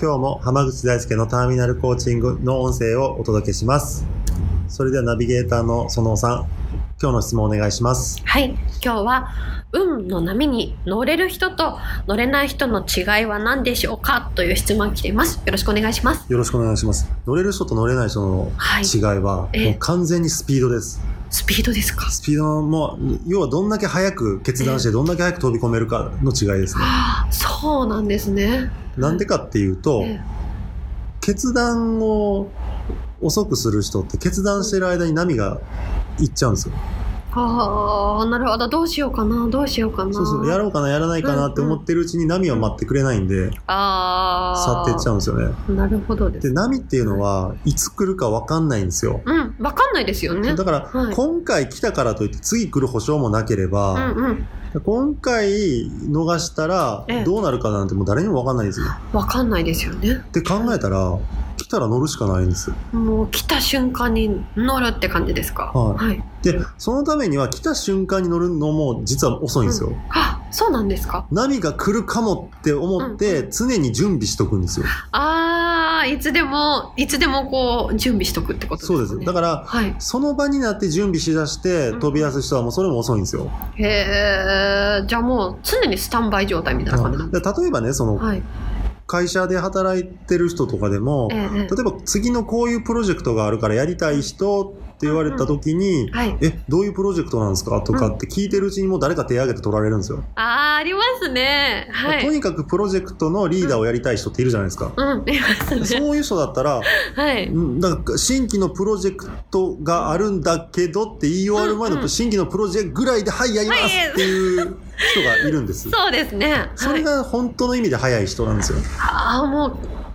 今日も浜口大輔のターミナルコーチングの音声をお届けしますそれではナビゲーターのそのおさん今日の質問お願いしますはい、今日は運の波に乗れる人と乗れない人の違いは何でしょうかという質問が来ています。よろしくお願いします。よろしくお願いします乗れる人と乗れない人のはい、違いは、ええもう完全にスピードですスピードですか。スピードも要はどんだけ早く決断してどんだけ早く飛び込めるかの違いですねああ、そうなんですね。なんでかっていうと、ええ決断を遅くする人って決断してる間に波がいっちゃうんですよああ、なるほど。どうしようかな、どうしようかな。そうそうやろうかなやらないかなって思ってるうちに波は待ってくれないんであ去あ、っていっちゃうんですよねなるほどですで。波っていうのはいつ来るか分かんないんですようん、わかんないですよね。だから、はい今回来たからといって次来る保証もなけれうば、んうん、今回逃したらええどうなるかなんてもう誰にも分かんないですよわかんないですよね。って考えたら来たら乗るしかないんですよもう来た瞬間に乗るって感じですか。はいはい。でそのためには来た瞬間に乗るのも実は遅いんですよ、あ、そうなんですか。波が来るかもって思って常に準備しとくんですよ、ああ、いつでも、いつでもこう、準備しとくってことですそね。うですだからはい。その場になって準備しだして飛び出す人はもうそれも遅いんですよ、へえ、じゃあもう常にスタンバイ状態みたいな感じなんでで例えばねそのす。はい。会社で働いてる人とかでも、ええええ例えば次のこういうプロジェクトがあるからやりたい人って言われた時に、はい。えどういうプロジェクトなんですかとかって聞いてるうちにもう誰か手挙げて取られるんですよ、あー、ありますね。はとい。にかくプロジェクトのリーダーをやりたい人っているじゃないですか、うん、ありますね。そういう人だったらはい。うんだから新規のプロジェクトがあるんだけどって言い終わる前うんのうん新規のプロジェクトぐらいで「はいやりますは」いっていう人がいるんです。そうですね。そはれい。が本当の意味で早い人なんですよ。ああ、も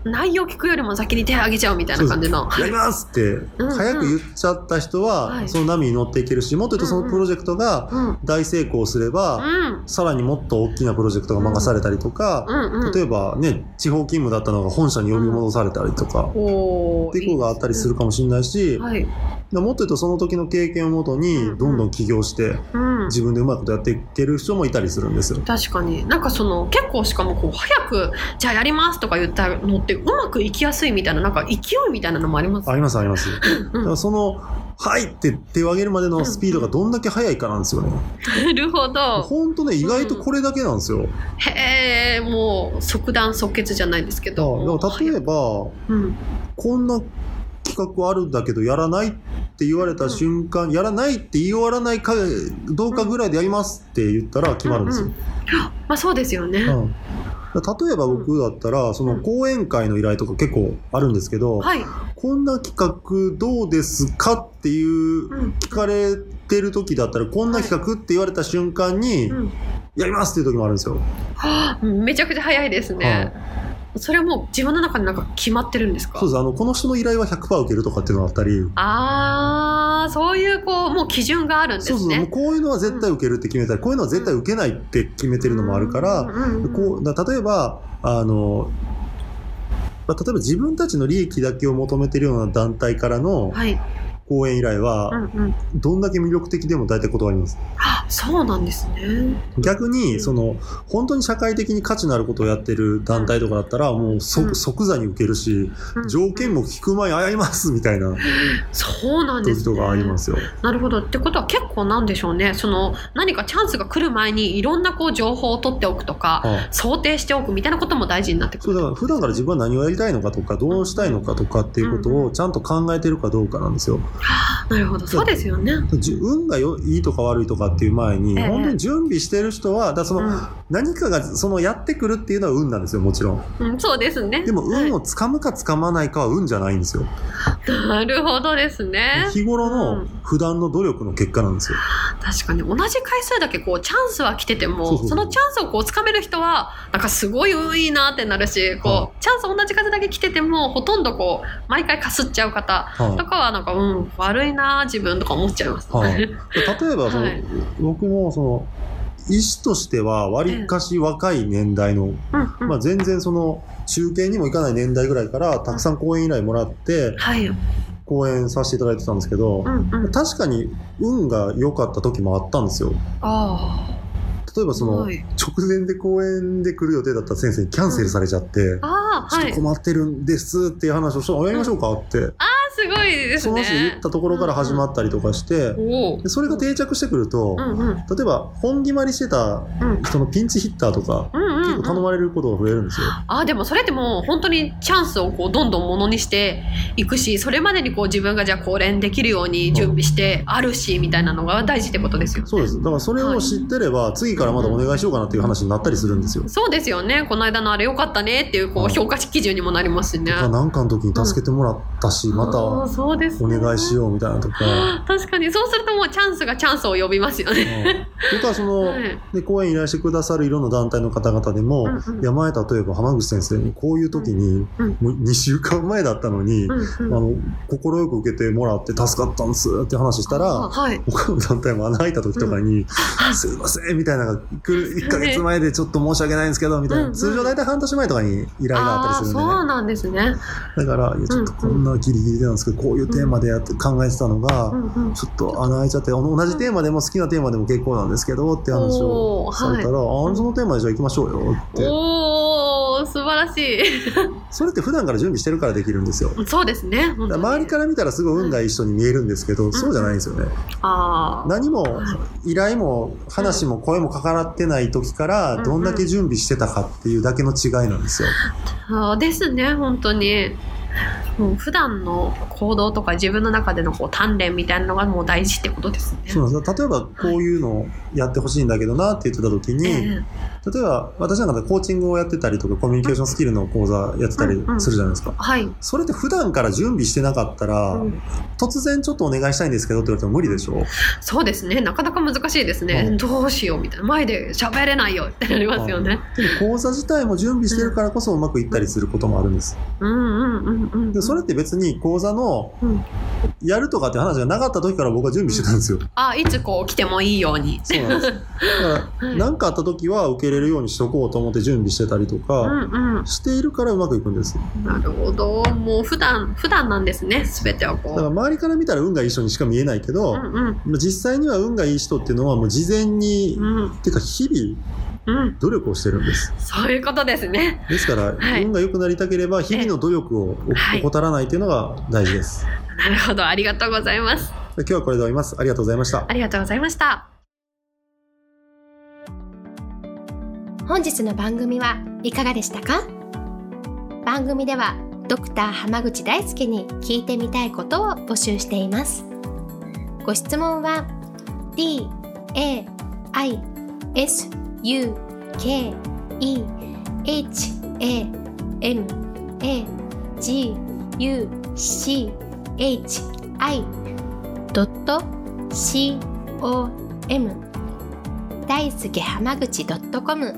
う、内容聞くよりも先に手挙げちゃうみたいな感じの。やりますってうん早く言っちゃった人ははいその波に乗っていけるし、もっと言うとそうんうのんプロジェクトがうん。うん。大成功すれば、さらにもっと大きなプロジェクトが任されたりとうか、ん。うん。例えばね、地方勤務だったのが本社に呼び戻されたりとか、おー。っていうことがあったりするかもしれないし、いいですね。はい。もっと言うとその時の経験をもとうんうにんどんどん起業してうん。自分でうまいことやっていける人もいたりするんですよ。確かになんかその結構しかもこう早くじゃあやりますとか言ったのってうまくいきやすいみたいななんか勢いみたいなのもありますありますあります。だからなその「はい!」って手を挙げるまでのスピードがどんだけ速いかなんですよね。 るほどほんとね意外とこれだけなんですよ。へえもう即断即決じゃないですけだどだから例えばうんこんな企画あるんだけどやらないって言われた瞬間、やらないって言い終わらないかどうかぐらいでやりますって言ったら決まるんですよう。あまあそうですよね、うんだから例えば僕だったらその講演会の依頼とか結構あるんですけど、はい、こんな企画どうですかっていううん聞かれてる時だったらこんな企画って言われた瞬間にうんやりますっていう時もあるんですよ。はあ、めちゃくちゃ早いですね、それはもう自分の中になんか決まってるんですかそうですあのこの人の依頼は100%受けるとかっていうのがあったりああそういうこうもう基準があるんでそうすそうもうねこういうのは絶対受けるって決めたりこういうのは絶対受けないって決めてるのもあるからうんうんこうだから例えばあのまあ例えば自分たちの利益だけを求めてるような団体からのはい、講演依頼うはんうん、どんだけ魅力的でも大体断ります。あそうなんですね逆にその本当に社会的に価値のあることをやってる団体とかだったらもう即,、うん即座に受けるしうん条件も聞く前にあやりますみたいなそうなんです、時ね、とかありますよ。なるほどってことは結構なんでしょうねその何かチャンスが来る前にいろんなこう情報を取っておくとか、はい想定しておくみたいなことも大事になってくそうるだから普段から自分は何をやりたいのかとかどうしたいのかとかっていうことをちゃんと考えてるかどうかなんですよ。なるほどそうですよねじ運がよいいとか悪いとかっていう、前に、ええ本当に準備してる人は、だからその、何かがそのやってくるっていうのは運なんですよ、もちろん。うんうん、そうですねでも運をつかむかつかまないかは運じゃないんですよ。なるほどですね日頃うのん普段の努力の結果なんですよ。確かに同じ回数だけこうチャンスは来ててもそうそそうのチャンスをこう掴める人はなんかすごい運いいなってなるしこう、はチャンス同じ数だけ来ててもほとんどこう毎回かすっちゃう方はいとかはなんかうん悪いな自分とか思っちゃいます、はい、で例えばその、はい僕もその医師としてはわりかし若い年代の、うんうんまあ、全然その中堅にもいかない年代ぐらいからたくさん講演依頼もらってはいうん講演させていただいてたんですけど、うん確かに運が良かった時もあったんですよあ例えばーそのはい直前で講演で来る予定だった先生にキャンセルされちゃって、あーちょはっいと困ってるんですっていう話をしたら、あやりましょうかって、あすごいですそのね話言ったところから始まったりとかして、おおでそれが定着してくると、うんうん例えば本決まりしてたうん人のピンチヒッターとか、うんうん結う構ん頼まれることが増えるんですよ。あーでもそれってもう本当にチャンスをこうどんどんものにしていくしそれまでにこう自分がじゃあ高連できるように準備してあるしみたいなのが大事ってことですよね。そうです。だからそれを知ってれば、次からまたお願いしようかなっていう話になったりするんですよ。そうですよねこの間のあれ良かったねっていうこはうい評価基準にもなりますしねと。か、なんかの時に助けてもらったし、またあーおそうですね願いしようみたいなと か。確かにそうするともうチャンスがチャンスを呼びますようね。んとか、その、はいで、講演依頼してくださるいろんな団体の方々でも、うんうんいや前例えば浜口先生にこういう時に、うんもう2週間前だったのに、うんあうんの、快く受けてもらって助かったんですって話したら、あはい、他の団体も穴開いた時とかに、すいません、みたいなのが来る、1ヶ月前でちょっと申し訳ないんですけど、みたいうんうな。ん通常大体半年前とかに依頼があったありーすそるんでうね。なんですね。だから、いや、ちょっとこんなギリギリなんですけど、こういうテーマでやって考えてたのうが、んうん、ちょっと穴開いちゃって、あの同じテーマでも好きなテーマでも結構なんですけど、って話おをーされたら、あ、そのテーマでじゃあ行きましょうよって。おお素晴らしい。それって普段から準備してるからできるんですよ。そうですね。本だ当からに周りから見たらすごい運が一緒に見えるんですけど、そうじゃないんですよね。あー何も依頼も話も声もかからってない時からうんどんだけ準備してたかっていうだけの違いなんですよ。あーですね本当にもう普段の行動とか自分の中でのこう鍛錬みたいなのがもう大事ってことですね。そうなんです例えばこういうのやってほしいんだけどなって言ってた時に、え例ええば私なんかコーチングをやってたりとかコミュニケーションスキルの講座やってたりするじゃないですか。はい、それって普段から準備してなかったら、うん突然ちょっとお願いしたいんですけどって言われても無理でしょ、そうですねなかなか難しいですね、うんどうしようみたいな前で喋れないよってなりますよね。でも講座自体も準備してるからこそうまくいったりすることもあるんです。うんうんうんうん、でそれって別に講座のうんやるとかって話がなかった時から僕は準備してたんですよ。あいつこう来てもいいように。そうなんです。だから、何かあった時は受け入れるようにしとこうと思って準備してたりとうか、んうしているからうまくいくんです。ん、なるほどもう普段普段なんですね全てはこだう。から周りから見たら運がいい人にしか見えないけど、うんうんまあ実際には運がいい人っていうのはもう事前に、うんてか日々うん、努力をしてるんです。そういうことですね。ですから、はい運が良くなりたければ日々の努力をおはい怠らないっていうのが大事です。なるほど、ありがとうございます。今日はこれで終わります。ありがとうございましたあ。りがとうございました。本日の番組はいかがでしたか番組ではドクター濱口大輔に聞いてみたいことを募集していますご質問は d a i s u k e h a m a g u c h i c o m 大輔濱口 .com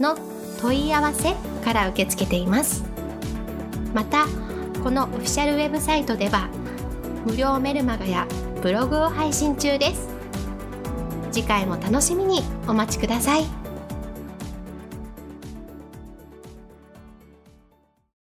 の問い合わせから受け付けていますまたこのオフィシャルウェブサイトでは無料メルマガやブログを配信中です次回も楽しみにお待ちください